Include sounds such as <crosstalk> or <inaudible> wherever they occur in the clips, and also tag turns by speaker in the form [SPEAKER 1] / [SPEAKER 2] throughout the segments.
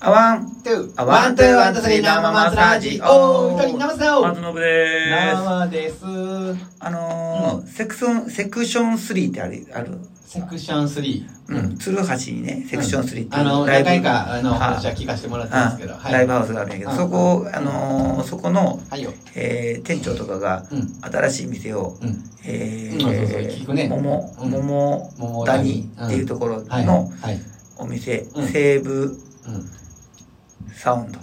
[SPEAKER 1] あわん。
[SPEAKER 2] トゥ
[SPEAKER 1] あ
[SPEAKER 2] ー
[SPEAKER 1] ワ
[SPEAKER 2] ワ
[SPEAKER 1] ン
[SPEAKER 2] ン
[SPEAKER 1] トゥ
[SPEAKER 2] ト
[SPEAKER 1] ー
[SPEAKER 2] ゥー
[SPEAKER 1] ワ
[SPEAKER 2] ワ
[SPEAKER 1] ン
[SPEAKER 2] ン
[SPEAKER 1] ト
[SPEAKER 2] ト
[SPEAKER 1] ゥ
[SPEAKER 2] ゥ
[SPEAKER 1] ースリー
[SPEAKER 2] ースリー
[SPEAKER 1] 生
[SPEAKER 2] 生
[SPEAKER 1] マ
[SPEAKER 2] マ
[SPEAKER 1] ス
[SPEAKER 2] ス
[SPEAKER 1] ラ
[SPEAKER 2] ラ
[SPEAKER 1] ジ
[SPEAKER 2] ジ
[SPEAKER 1] オ
[SPEAKER 2] おー一人生さお
[SPEAKER 1] 松信でーす。
[SPEAKER 2] 生です
[SPEAKER 1] あのー、セクション、セクション3ってある、ある。
[SPEAKER 2] セクション3
[SPEAKER 1] うん。鶴橋にね、セクション3っていう
[SPEAKER 2] あの
[SPEAKER 1] ライ
[SPEAKER 2] 何
[SPEAKER 1] ブ。
[SPEAKER 2] 回かあの
[SPEAKER 1] はい
[SPEAKER 2] 私は聞かせてもらったんですけど
[SPEAKER 1] あ
[SPEAKER 2] はい
[SPEAKER 1] ライブハウスがあるんやけど、
[SPEAKER 2] うん
[SPEAKER 1] そこ、あのー、そこの、
[SPEAKER 2] はいよ
[SPEAKER 1] えー、店長とかが、
[SPEAKER 2] うん
[SPEAKER 1] 新しい店を、
[SPEAKER 2] うん
[SPEAKER 1] え
[SPEAKER 2] うんそうそうそう聞くね
[SPEAKER 1] 桃、
[SPEAKER 2] うん
[SPEAKER 1] 桃
[SPEAKER 2] 桃
[SPEAKER 1] 谷
[SPEAKER 2] 谷
[SPEAKER 1] っていうところ
[SPEAKER 2] はい
[SPEAKER 1] の
[SPEAKER 2] はい
[SPEAKER 1] お店、
[SPEAKER 2] うん
[SPEAKER 1] 西武
[SPEAKER 2] うん
[SPEAKER 1] サウンド。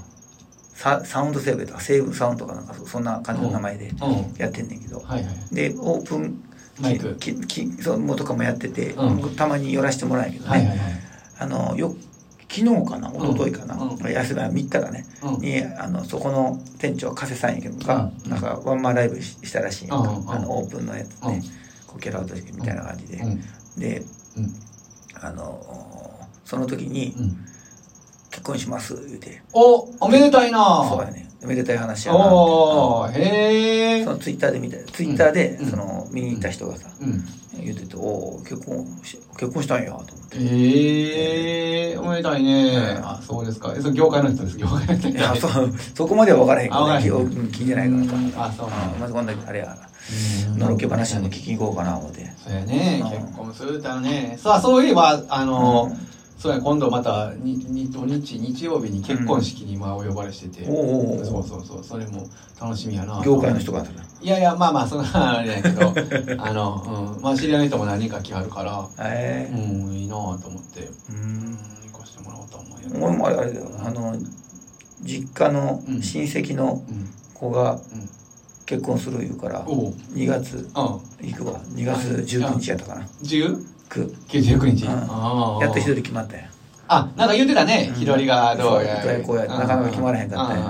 [SPEAKER 1] ササウンド西武とか、西武サウンドかなんか、そそんな感じの名前で
[SPEAKER 2] うん
[SPEAKER 1] やってんねんけど。
[SPEAKER 2] はいはい
[SPEAKER 1] で、オープン
[SPEAKER 2] マイク
[SPEAKER 1] ききそうもとかもやってて、
[SPEAKER 2] うん
[SPEAKER 1] 僕たまに寄らせてもらうんやけどね、
[SPEAKER 2] はいはいはい
[SPEAKER 1] あのよ昨日かな一昨日かな、
[SPEAKER 2] うんう
[SPEAKER 1] 休みは3日だね、
[SPEAKER 2] うん
[SPEAKER 1] にあのそこの店長加瀬さんやけどが、
[SPEAKER 2] うん
[SPEAKER 1] なんかワンマンライブししたらしいんやんか、
[SPEAKER 2] うんうん
[SPEAKER 1] あのオープンのやつ
[SPEAKER 2] うん
[SPEAKER 1] ね、こうキャラ落としてみたいな感じで、
[SPEAKER 2] うん
[SPEAKER 1] で
[SPEAKER 2] うん
[SPEAKER 1] あのその時に
[SPEAKER 2] うん
[SPEAKER 1] 「結婚します」言うて
[SPEAKER 2] おおめでた
[SPEAKER 1] 「
[SPEAKER 2] いな
[SPEAKER 1] そうやねおめでたい話やな」
[SPEAKER 2] おおへえ
[SPEAKER 1] そのツイッターで見たツイッターで、
[SPEAKER 2] うん
[SPEAKER 1] その見に行った人がさ、
[SPEAKER 2] うん
[SPEAKER 1] 言ってて「おお結婚し結婚したんや」と思って。
[SPEAKER 2] ええおめでたいねあそうですかえそれ業界の人です業界の人
[SPEAKER 1] いやそうそこまでは分からへんか
[SPEAKER 2] あ分から
[SPEAKER 1] ね
[SPEAKER 2] らへん
[SPEAKER 1] 聞うん聞いてないからさ
[SPEAKER 2] あそう
[SPEAKER 1] あまず今度あれや
[SPEAKER 2] うん
[SPEAKER 1] のろけ話でも聞きに行こうかな思って
[SPEAKER 2] そうやね
[SPEAKER 1] うん
[SPEAKER 2] 結婚するたらねさあそういえばあの、
[SPEAKER 1] うん
[SPEAKER 2] そうや今度またにに土日日曜日に結婚式にまあお呼ばれしてて、
[SPEAKER 1] おうおう
[SPEAKER 2] そ
[SPEAKER 1] お
[SPEAKER 2] うそうそうそれも楽しみやな
[SPEAKER 1] う業界の人があったない
[SPEAKER 2] やいやまあまあそん <laughs> なあれやけ
[SPEAKER 1] <laughs>
[SPEAKER 2] どあの、うん、まあ知り合いの人も何人か来はるから
[SPEAKER 1] え
[SPEAKER 2] うんいいなぁと思って
[SPEAKER 1] えう
[SPEAKER 2] うん
[SPEAKER 1] ん
[SPEAKER 2] 行かしてもらおうと思うんやけど
[SPEAKER 1] 俺もあれあれだよあの実家の
[SPEAKER 2] うん
[SPEAKER 1] 親戚の
[SPEAKER 2] うん
[SPEAKER 1] 子が
[SPEAKER 2] うん
[SPEAKER 1] 結婚する言うから
[SPEAKER 2] おう
[SPEAKER 1] 2月
[SPEAKER 2] うん
[SPEAKER 1] 行くわ2月19日やったかな
[SPEAKER 2] 10?99
[SPEAKER 1] く
[SPEAKER 2] 日
[SPEAKER 1] うん
[SPEAKER 2] ああ
[SPEAKER 1] やっと一人決まったや
[SPEAKER 2] あなんか言ってたね
[SPEAKER 1] うん
[SPEAKER 2] ひろりがどうや
[SPEAKER 1] そうどうやこうやなかなか決まらへんかったんや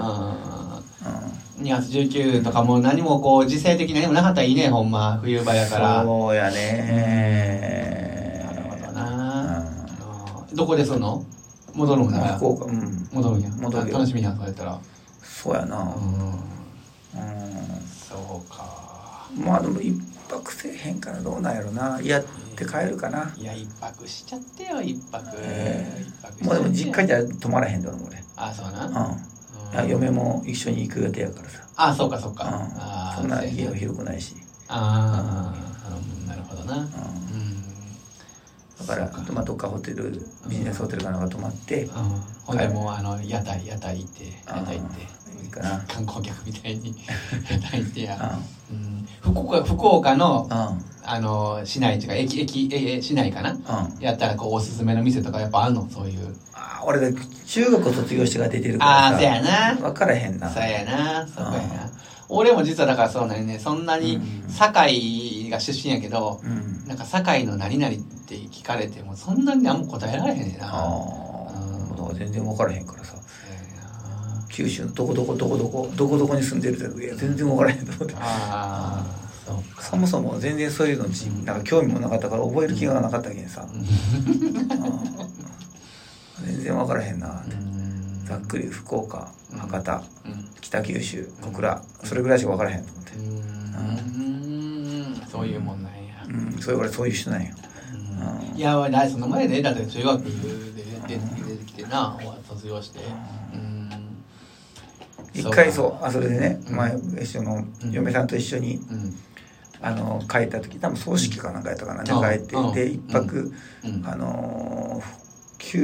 [SPEAKER 2] や
[SPEAKER 1] う
[SPEAKER 2] 2月19とかもう何もこう時勢的な何もなかったらいいねほんま冬場や
[SPEAKER 1] ん
[SPEAKER 2] から
[SPEAKER 1] そうやね
[SPEAKER 2] なるほどなあーどこですんの戻る
[SPEAKER 1] うんん
[SPEAKER 2] だ
[SPEAKER 1] 福岡うん
[SPEAKER 2] 戻るんや
[SPEAKER 1] 戻るよ
[SPEAKER 2] 楽しみやんそうやったら
[SPEAKER 1] そうやな
[SPEAKER 2] うん
[SPEAKER 1] うん
[SPEAKER 2] そうか
[SPEAKER 1] まあでも一泊せえへんからどうなんやろなやって帰るかない
[SPEAKER 2] や一泊しちゃってよ一泊
[SPEAKER 1] え
[SPEAKER 2] 一泊しちゃって
[SPEAKER 1] もうでも実家じゃ泊まらへんだろ俺
[SPEAKER 2] あそうな
[SPEAKER 1] う
[SPEAKER 2] うん
[SPEAKER 1] んいや嫁も一緒に行く予定やからさ
[SPEAKER 2] あそうかそうか
[SPEAKER 1] うん
[SPEAKER 2] あー
[SPEAKER 1] そんな
[SPEAKER 2] うやね
[SPEAKER 1] 家は広くないし
[SPEAKER 2] あーうんなるほどなうん
[SPEAKER 1] う
[SPEAKER 2] そ
[SPEAKER 1] ん
[SPEAKER 2] う
[SPEAKER 1] だからまあどっかホテルビジネスホテルかなんか泊まって
[SPEAKER 2] うんほんでもうあの屋台屋台行って屋台行って
[SPEAKER 1] うんいいかな
[SPEAKER 2] 観光客みたいに <laughs> 屋台行って
[SPEAKER 1] うん
[SPEAKER 2] や、うん、福岡福岡の
[SPEAKER 1] うん
[SPEAKER 2] あの市内違う駅駅ええ市内かな
[SPEAKER 1] うん
[SPEAKER 2] やったらこうおすすめの店とかやっぱあんのそういう
[SPEAKER 1] あー俺が中学を卒業してから出てるから
[SPEAKER 2] あ
[SPEAKER 1] さ
[SPEAKER 2] あーそうやな
[SPEAKER 1] 分からへんな
[SPEAKER 2] そうやなそうや
[SPEAKER 1] う
[SPEAKER 2] な俺も実はだからそうなんやねそんな
[SPEAKER 1] う
[SPEAKER 2] に
[SPEAKER 1] ん
[SPEAKER 2] 堺が出身やけど
[SPEAKER 1] うん
[SPEAKER 2] なんか堺の何々って聞かれてもそんなに何も答えられへんねんな
[SPEAKER 1] あ
[SPEAKER 2] そ
[SPEAKER 1] あだから全然分からへんからさ
[SPEAKER 2] うやな
[SPEAKER 1] 九州のどこどこどこどこどこどこに住んでるっていや全然分からへんと思って
[SPEAKER 2] ああそうか
[SPEAKER 1] そもそも全然そういうのになんか興味もなかったから覚える気がなかったけんさ、うん全然分からへんな
[SPEAKER 2] うん
[SPEAKER 1] ざっくり福岡
[SPEAKER 2] うん
[SPEAKER 1] 博多
[SPEAKER 2] うん
[SPEAKER 1] 北九州小倉それぐらいしか分からへんと思って
[SPEAKER 2] う、ーんそういうもんなんや
[SPEAKER 1] うん、それぐらいそういう人なんよ
[SPEAKER 2] うんいや俺だその前でだって中学で出て出てきてな卒業してうん
[SPEAKER 1] 一回
[SPEAKER 2] う
[SPEAKER 1] そうあそれでね
[SPEAKER 2] うん
[SPEAKER 1] 前一緒の嫁さんと一緒に
[SPEAKER 2] かうん
[SPEAKER 1] あの帰った時多分葬式かなんかやったかなで
[SPEAKER 2] うん
[SPEAKER 1] 帰って
[SPEAKER 2] うん
[SPEAKER 1] で一泊
[SPEAKER 2] うん
[SPEAKER 1] あのー旧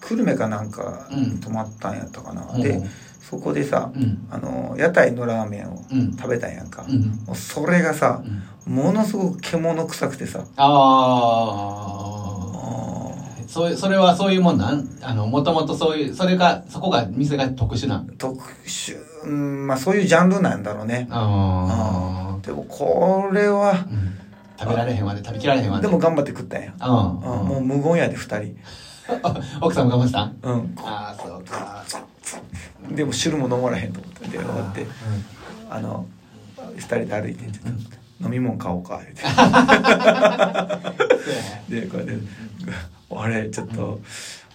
[SPEAKER 1] 久留米かなんか
[SPEAKER 2] うん
[SPEAKER 1] 泊まったんやったかな
[SPEAKER 2] うん
[SPEAKER 1] でそこでさ
[SPEAKER 2] うん
[SPEAKER 1] あの屋台のラーメンを
[SPEAKER 2] うん
[SPEAKER 1] 食べたんやんか、
[SPEAKER 2] うんうん
[SPEAKER 1] もうそれがさ
[SPEAKER 2] うん
[SPEAKER 1] ものすごく獣臭くてさあ
[SPEAKER 2] ああそういうそれはそういうもんなんあのもともとそういうそれがそこが店が特殊なん
[SPEAKER 1] ー特殊、うん、まあそういうジャンルなんだろうね
[SPEAKER 2] あ
[SPEAKER 1] でもこれは
[SPEAKER 2] あ、うん、食べられへんわで食べきられへんわ
[SPEAKER 1] で
[SPEAKER 2] で
[SPEAKER 1] も頑張って食ったんや、う
[SPEAKER 2] う
[SPEAKER 1] ん
[SPEAKER 2] ん、
[SPEAKER 1] もう無言やで2人、
[SPEAKER 2] 奥さんも頑張ってたん
[SPEAKER 1] うん、
[SPEAKER 2] ああそうか
[SPEAKER 1] でも汁も飲まれへんと思ってで終わって
[SPEAKER 2] うん
[SPEAKER 1] あの2人で歩いてって言って飲み物買おうか言って
[SPEAKER 2] そうやね
[SPEAKER 1] でこうやって「あれちょっと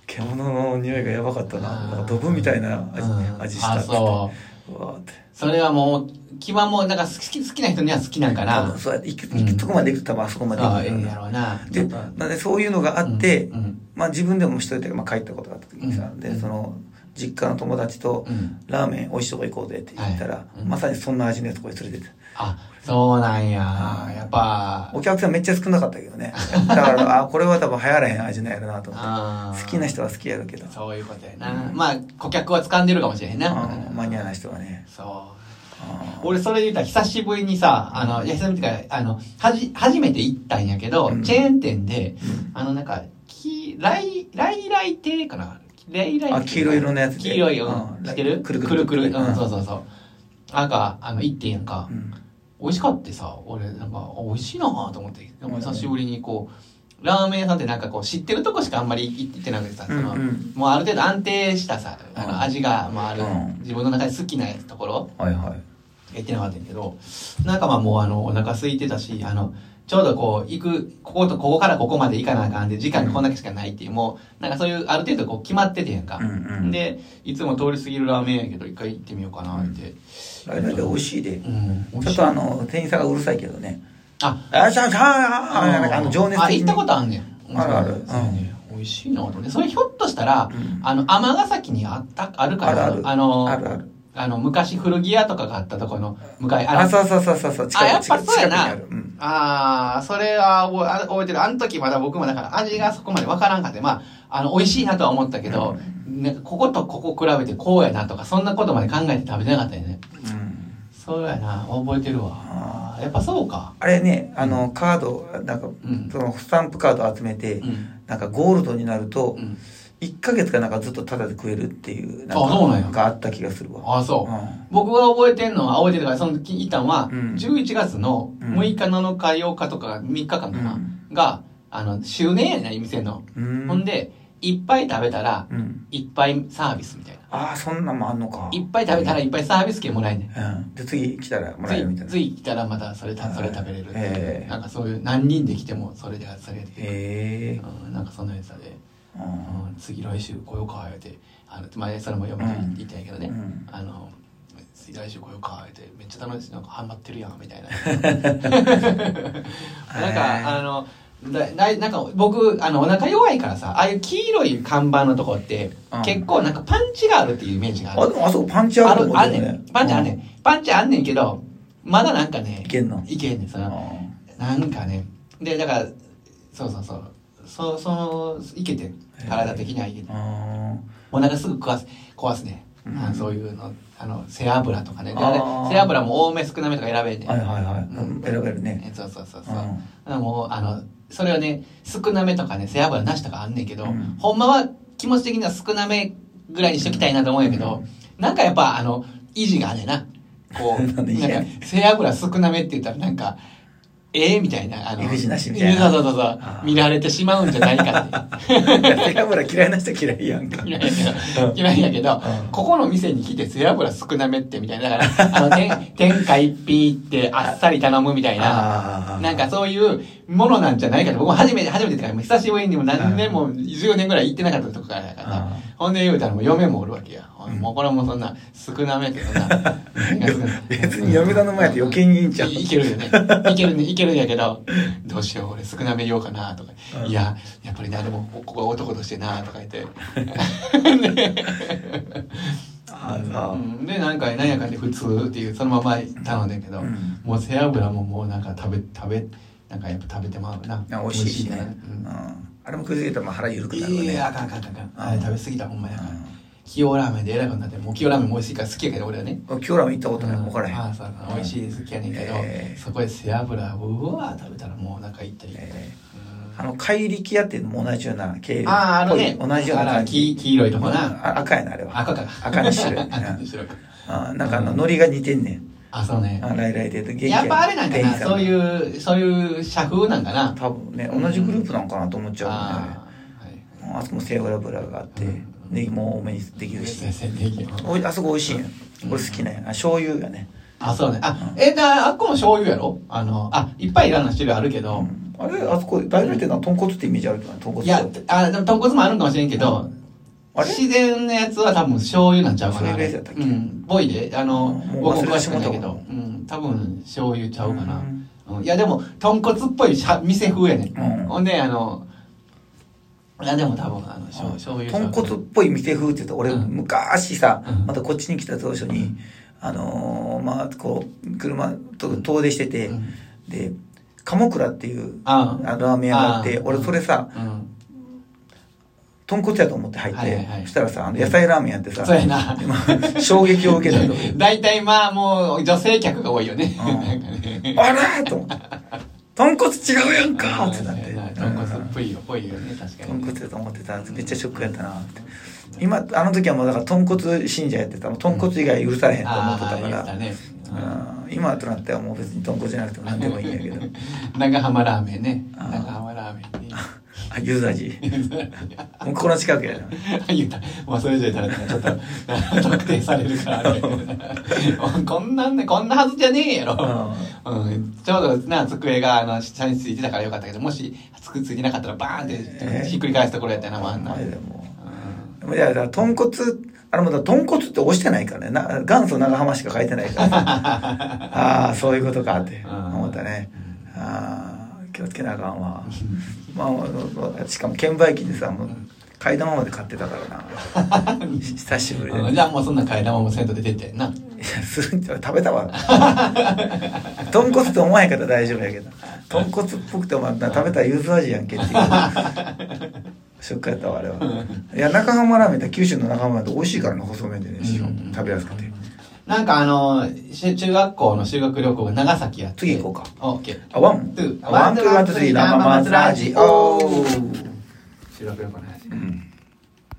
[SPEAKER 1] 獣の匂いがやばかったななんかドブみたいな味,、
[SPEAKER 2] うん
[SPEAKER 1] 味した」
[SPEAKER 2] あ
[SPEAKER 1] っつってうわ
[SPEAKER 2] そう
[SPEAKER 1] ーって
[SPEAKER 2] それはもう気はもうなんか好き好きな人には好きなんか
[SPEAKER 1] 多
[SPEAKER 2] な
[SPEAKER 1] 分そうやって行く
[SPEAKER 2] う
[SPEAKER 1] 行
[SPEAKER 2] ん
[SPEAKER 1] くとこまで行くと多分あそこまで
[SPEAKER 2] ああ
[SPEAKER 1] 行
[SPEAKER 2] え
[SPEAKER 1] く
[SPEAKER 2] え
[SPEAKER 1] ん
[SPEAKER 2] や
[SPEAKER 1] だ
[SPEAKER 2] ろうな
[SPEAKER 1] でなんでそういうのがあって
[SPEAKER 2] うん
[SPEAKER 1] まあ、自分でも一人で、まあ、帰ったことがあった時にさ、
[SPEAKER 2] うん
[SPEAKER 1] でその実家の友達と
[SPEAKER 2] うん
[SPEAKER 1] 「ラーメン美味しいとこ行こうぜ」って言ったら、
[SPEAKER 2] はいうん
[SPEAKER 1] まさにそんな味のやつこれ連れてって
[SPEAKER 2] あ、そうなんや。やっぱ、
[SPEAKER 1] お客さんめっちゃ少なかったけどねだからあこれは多分流行らへん味なんやろなと思って
[SPEAKER 2] あー
[SPEAKER 1] 好きな人は好きやるけど、
[SPEAKER 2] そういうことやな。まあ、顧客は掴んでるかもしれへんな。
[SPEAKER 1] うんマニアな人はね
[SPEAKER 2] そう。
[SPEAKER 1] あー
[SPEAKER 2] 俺それで言ったら久しぶりにさ、あの、いや久しぶりっていうか、あの、はじ、初めて行ったんやけど、
[SPEAKER 1] うん
[SPEAKER 2] チェーン店で、
[SPEAKER 1] うん
[SPEAKER 2] あの、なんか、き、ライ、ライライ亭かなライライ亭
[SPEAKER 1] あ黄色い色のやつで
[SPEAKER 2] 黄色い、う
[SPEAKER 1] うん
[SPEAKER 2] ん。知ってる
[SPEAKER 1] くるくる
[SPEAKER 2] くるくる。う、
[SPEAKER 1] うんん
[SPEAKER 2] そうそうそう。なんか、あの、行ってんやんか
[SPEAKER 1] う。ん
[SPEAKER 2] 美味しかってさ、俺、なんか、あ美味しいなぁと思って、なんか久しぶりにこう、ラーメン屋さんってなんかこう、知ってるとこしかあんまり行ってなくてさ、その、
[SPEAKER 1] うんうん
[SPEAKER 2] もうある程度安定したさ、あ
[SPEAKER 1] うん
[SPEAKER 2] の味が、まあある、
[SPEAKER 1] うん
[SPEAKER 2] 自分の中で好きなところ、
[SPEAKER 1] はいはい
[SPEAKER 2] 行ってなかったんやけど、なんかまあもうあの、お腹空いてたし、あの、ちょうどこう、行く、こことここからここまで行かなあかんで、時間がこんだけしかないっていう、もう、なんかそういう、ある程度こう、決まっててやんか。
[SPEAKER 1] うんうん
[SPEAKER 2] で、いつも通り過ぎるラーメン屋やけど、一回行ってみようかなって。
[SPEAKER 1] あれだけ美味しいで
[SPEAKER 2] うん、美
[SPEAKER 1] ちょ
[SPEAKER 2] 味
[SPEAKER 1] っ
[SPEAKER 2] しい
[SPEAKER 1] とあの店員さんがうるさいけどね
[SPEAKER 2] あ、
[SPEAKER 1] あしゃしゃあなんかあの情熱的に
[SPEAKER 2] あ、行ったことあんねん。
[SPEAKER 1] あるある
[SPEAKER 2] そうやね美味しいなと思って。それひょっとしたら
[SPEAKER 1] うん、
[SPEAKER 2] あの、尼崎にあった、あるから、
[SPEAKER 1] あるある
[SPEAKER 2] の、
[SPEAKER 1] あるある
[SPEAKER 2] あの、昔古着屋とかがあったところの向かい、
[SPEAKER 1] あ
[SPEAKER 2] の
[SPEAKER 1] そうそうそうそうそう
[SPEAKER 2] あ、やっぱそうや
[SPEAKER 1] 近くに
[SPEAKER 2] な
[SPEAKER 1] あるうん。
[SPEAKER 2] ああ、それは覚えあ覚えてる。あの時まだ僕もだから味がそこまでわからんかって、まあ、あの、美味しいなとは思ったけど、なんかこことここ比べてこうやなとか、そんなことまで考えて食べてなかったよね。
[SPEAKER 1] うん
[SPEAKER 2] そうやな、覚えてるわ。やっぱそうか。
[SPEAKER 1] あれね、あの、カード、なんか、
[SPEAKER 2] ん
[SPEAKER 1] その、スタンプカード集めて、
[SPEAKER 2] うん。
[SPEAKER 1] なんか、ゴールドになると
[SPEAKER 2] う、ん。
[SPEAKER 1] 1ヶ月かなんかずっとタダで食えるっていう、なん
[SPEAKER 2] あそうなんや
[SPEAKER 1] か、があった気がするわ。
[SPEAKER 2] ああ、そう。
[SPEAKER 1] うん
[SPEAKER 2] 僕が覚えてんのは、覚えてるから、その時行ったのは、
[SPEAKER 1] うん
[SPEAKER 2] 11月の
[SPEAKER 1] うん
[SPEAKER 2] 6日、7日、8日とか3日間かな、
[SPEAKER 1] うん
[SPEAKER 2] が、あの、周年やねん、店の。
[SPEAKER 1] うん。
[SPEAKER 2] ほんで、いっぱい食べたら、
[SPEAKER 1] うん。
[SPEAKER 2] いっぱいサービスみたいな。
[SPEAKER 1] ああ、そんなんもあんのか。
[SPEAKER 2] いっぱい食べたらいっぱいサービス券もらえんねん。
[SPEAKER 1] うん。で、次来たらもらえるみたい
[SPEAKER 2] 次、
[SPEAKER 1] な。
[SPEAKER 2] 次来たらまたそれた、
[SPEAKER 1] はい
[SPEAKER 2] それ食べれるっていう。
[SPEAKER 1] ええ
[SPEAKER 2] なんかそういう、何人で来ても、それで、それで。
[SPEAKER 1] へえ。
[SPEAKER 2] うん、なんかそんなやつだで、
[SPEAKER 1] うん
[SPEAKER 2] うん、次来週来ようか、言うて、あの、前、それも読むと
[SPEAKER 1] うん
[SPEAKER 2] 言ったんやけどね。
[SPEAKER 1] うん
[SPEAKER 2] あの、次来週来ようか、って、めっちゃ楽しい、なんかハマってるやん、
[SPEAKER 1] <laughs>
[SPEAKER 2] みたいな。なんか、あの、だだなんか僕あのお腹弱いからさああいう黄色い看板のとこって、
[SPEAKER 1] うん
[SPEAKER 2] 結構なんかパンチがあるっていうイメージがあ
[SPEAKER 1] あ、
[SPEAKER 2] る
[SPEAKER 1] でもあそこパンチあると思う
[SPEAKER 2] あん
[SPEAKER 1] け
[SPEAKER 2] ね
[SPEAKER 1] ど
[SPEAKER 2] んパンチあんねん、。パンチあんねんけどまだなんかね
[SPEAKER 1] いけんの
[SPEAKER 2] いけんねんそ
[SPEAKER 1] うん
[SPEAKER 2] のなんかねでだからそうそうそうそうそういけてん体的にはいけてん
[SPEAKER 1] うん
[SPEAKER 2] お腹すぐ壊す壊すね、
[SPEAKER 1] うん
[SPEAKER 2] あそういうのあの背脂とかねで
[SPEAKER 1] あ
[SPEAKER 2] あれ
[SPEAKER 1] ー
[SPEAKER 2] 背脂も多め少なめとか選べんねん
[SPEAKER 1] はいはいはい
[SPEAKER 2] うん。
[SPEAKER 1] 選べるね。
[SPEAKER 2] えそうそうそう
[SPEAKER 1] う
[SPEAKER 2] そう、
[SPEAKER 1] ん
[SPEAKER 2] あもうあのそれはね少なめとかね背脂なしとかあんねんけど、
[SPEAKER 1] うん
[SPEAKER 2] ほんまは気持ち的には少なめぐらいにしときたいなと思うんやけど、
[SPEAKER 1] う
[SPEAKER 2] なんかやっぱあの維持があれなこ
[SPEAKER 1] <laughs>
[SPEAKER 2] う
[SPEAKER 1] なんで維持や
[SPEAKER 2] なんか背脂少なめって言ったらなんかええみたいなあの
[SPEAKER 1] 理不尽なしみたいな
[SPEAKER 2] そうそうそうそう
[SPEAKER 1] あー
[SPEAKER 2] 見られてしまうんじゃないかって
[SPEAKER 1] いや背脂嫌いな人嫌いやんか。
[SPEAKER 2] 嫌いやけど嫌いやけど、
[SPEAKER 1] うん
[SPEAKER 2] ここの店に来て背脂少なめってみたいなだからあ
[SPEAKER 1] <laughs>
[SPEAKER 2] の天天下一品ってあっさり頼むみたいな
[SPEAKER 1] あー
[SPEAKER 2] なんかそういうものなんじゃないかと。僕も初めて、初めてっていうか、久しぶりにも何年も、10年ぐらい行ってなかったとこからだから
[SPEAKER 1] あ
[SPEAKER 2] さ
[SPEAKER 1] ー。
[SPEAKER 2] ほんで言うたらもう嫁もおるわけや。
[SPEAKER 1] うん。
[SPEAKER 2] もうこれはもうそんな少なめってそんな
[SPEAKER 1] 別に嫁さんの前って余計にいいんちゃう
[SPEAKER 2] いいけるよね。いけるね、いけるんやけど、どうしよう、俺少なめ言おうかなとか
[SPEAKER 1] う。ん
[SPEAKER 2] いや、やっぱりな、でも、ここは男としてなとか言って。ね
[SPEAKER 1] あーさ
[SPEAKER 2] うんで、なんか、なんやかんで普通っていう、そのまま頼んだけど。
[SPEAKER 1] うん
[SPEAKER 2] もう背脂ももうなんか食べ食べなんかやっぱ食べてまうな
[SPEAKER 1] あ美味しいしね。
[SPEAKER 2] 美
[SPEAKER 1] う
[SPEAKER 2] 味
[SPEAKER 1] んあれも食いすぎたらまあ腹緩く
[SPEAKER 2] しい
[SPEAKER 1] な
[SPEAKER 2] な
[SPEAKER 1] るわ
[SPEAKER 2] いやいやあ
[SPEAKER 1] ね。
[SPEAKER 2] かんあかんあかん
[SPEAKER 1] うん
[SPEAKER 2] あれ食べ過ぎたほんまやから
[SPEAKER 1] うん
[SPEAKER 2] 清ラーメンでえらいことになってもう清ラーメンも美味しいから好きやけど俺はね
[SPEAKER 1] 今日らも行ったことない。
[SPEAKER 2] うん
[SPEAKER 1] 分からへん。
[SPEAKER 2] あそうか美味しい好きやねんけど
[SPEAKER 1] ええ
[SPEAKER 2] そこで背脂うわー食べたらもうお腹痛い
[SPEAKER 1] え
[SPEAKER 2] うん
[SPEAKER 1] ーあの、怪力屋っていうのも同じような経営。
[SPEAKER 2] あああのね
[SPEAKER 1] 同じような
[SPEAKER 2] あら
[SPEAKER 1] 感じ。
[SPEAKER 2] 黄黄色いとこな
[SPEAKER 1] あ赤やな、あれは。
[SPEAKER 2] 赤か
[SPEAKER 1] 赤に白い。うん
[SPEAKER 2] <laughs> 赤と白く
[SPEAKER 1] あなんかあの、ノリが似てんねん。
[SPEAKER 2] あそうね
[SPEAKER 1] あライライで元気
[SPEAKER 2] やっぱあれなんかなそう
[SPEAKER 1] う。
[SPEAKER 2] いうそういう社風なんかな
[SPEAKER 1] 多分ね、同じグループなんかなと思っちゃうよね。
[SPEAKER 2] あーはい
[SPEAKER 1] あそこも背脂ブラがあって
[SPEAKER 2] うん、
[SPEAKER 1] ネギも多めにできるし。
[SPEAKER 2] 先生ネギ
[SPEAKER 1] おいあそこ美味しいんや俺好きなんやあ醤油がね、
[SPEAKER 2] あ、そうね。あ、え、だ、あっこも醤油やろあの、あ、いっぱいいろんな種類あるけど。
[SPEAKER 1] あれあそこ大丈夫ってのは豚骨ってイメージあるけどね豚骨
[SPEAKER 2] いや、あ、でも豚骨もあるんかもしれんけど、
[SPEAKER 1] あれ
[SPEAKER 2] 自然のやつは多分醤油なんちゃうかな。
[SPEAKER 1] それベースやったっけ
[SPEAKER 2] うん。ボイで、あの、
[SPEAKER 1] もう
[SPEAKER 2] 僕
[SPEAKER 1] 忘れ
[SPEAKER 2] 詳
[SPEAKER 1] て
[SPEAKER 2] し
[SPEAKER 1] し
[SPEAKER 2] く
[SPEAKER 1] ま
[SPEAKER 2] な
[SPEAKER 1] った
[SPEAKER 2] いけど、うん、多分醤油ちゃうかな
[SPEAKER 1] う。ん
[SPEAKER 2] うんいや、でも、豚骨っぽいしゃ店風やね
[SPEAKER 1] うん
[SPEAKER 2] ほんで、あの、いやでも多分あのしょう醤油
[SPEAKER 1] 豚骨っぽい店風って言ったら俺
[SPEAKER 2] うん
[SPEAKER 1] 昔さ、
[SPEAKER 2] うん
[SPEAKER 1] またこっちに来た当初に、あのーまあこう車と遠出してて、
[SPEAKER 2] うん
[SPEAKER 1] で鴨倉っていう
[SPEAKER 2] あ
[SPEAKER 1] あラーメン屋があって
[SPEAKER 2] あ
[SPEAKER 1] 俺それさ
[SPEAKER 2] うん
[SPEAKER 1] 豚骨やと思って入って、
[SPEAKER 2] はいはいはい
[SPEAKER 1] そしたらさあの野菜ラーメンやってさ、
[SPEAKER 2] そうやな
[SPEAKER 1] でまあ <laughs> 衝撃を受けたと
[SPEAKER 2] 大体まあもう女性客が多いよね、
[SPEAKER 1] うん
[SPEAKER 2] なんかね
[SPEAKER 1] あらーと思
[SPEAKER 2] <laughs>
[SPEAKER 1] って豚骨違うやんかーってなって
[SPEAKER 2] 豚骨っぽいよぽいよね確
[SPEAKER 1] 豚
[SPEAKER 2] かに
[SPEAKER 1] 骨だと思ってためっちゃショックやったなって今あの時はもうだから豚骨信者やってたもう豚骨以外許されへんと思ってた
[SPEAKER 2] あ
[SPEAKER 1] か
[SPEAKER 2] あ言っ
[SPEAKER 1] ら
[SPEAKER 2] た、ね、
[SPEAKER 1] うん、今となってはもう別に豚骨じゃなくても何でもいいんやけ
[SPEAKER 2] <laughs>
[SPEAKER 1] ど
[SPEAKER 2] 長浜ラーメンね
[SPEAKER 1] あー
[SPEAKER 2] 長浜ラーメンね
[SPEAKER 1] あゆず味もうこの近くやな
[SPEAKER 2] <laughs> 言ったまあそれ以上言ったらちょっと特定されるからあれこんなんねこんなはずじゃねえやろ、うん、ちょうどな机があの下についてたからよかったけどもしつくついてなかったらバーンってひっくり返 <laughs> すところやったよな、あんな、
[SPEAKER 1] あ
[SPEAKER 2] う
[SPEAKER 1] れ
[SPEAKER 2] ん
[SPEAKER 1] でもいやだから豚骨あれもだから豚骨って押してないからねな元祖長浜しか書いてないから <laughs> ああそういうことかって思ったねああ気をつけなあかんわまああのしかも券売機でさもう買い玉まで買ってたから <laughs> な久しぶりで、
[SPEAKER 2] うん
[SPEAKER 1] い
[SPEAKER 2] じゃあもうそんな替え玉もせんと出てってんな
[SPEAKER 1] や <laughs> すん食べたわ豚骨って思わへんかったら大丈夫やけど豚骨っぽくてお前な食べたらゆず味やんけっていうショックやったわあれはいや中浜ラーメンって九州の中浜だと美味しいからね細麺でねしかも食べやすくて
[SPEAKER 2] なんかあのし中学校の修学旅行が長崎やって
[SPEAKER 1] 次行こう
[SPEAKER 2] か OK
[SPEAKER 1] あワン
[SPEAKER 2] ツー
[SPEAKER 1] ワンツーワンツースリー生松ラジオ
[SPEAKER 2] 修学旅行の話
[SPEAKER 1] うん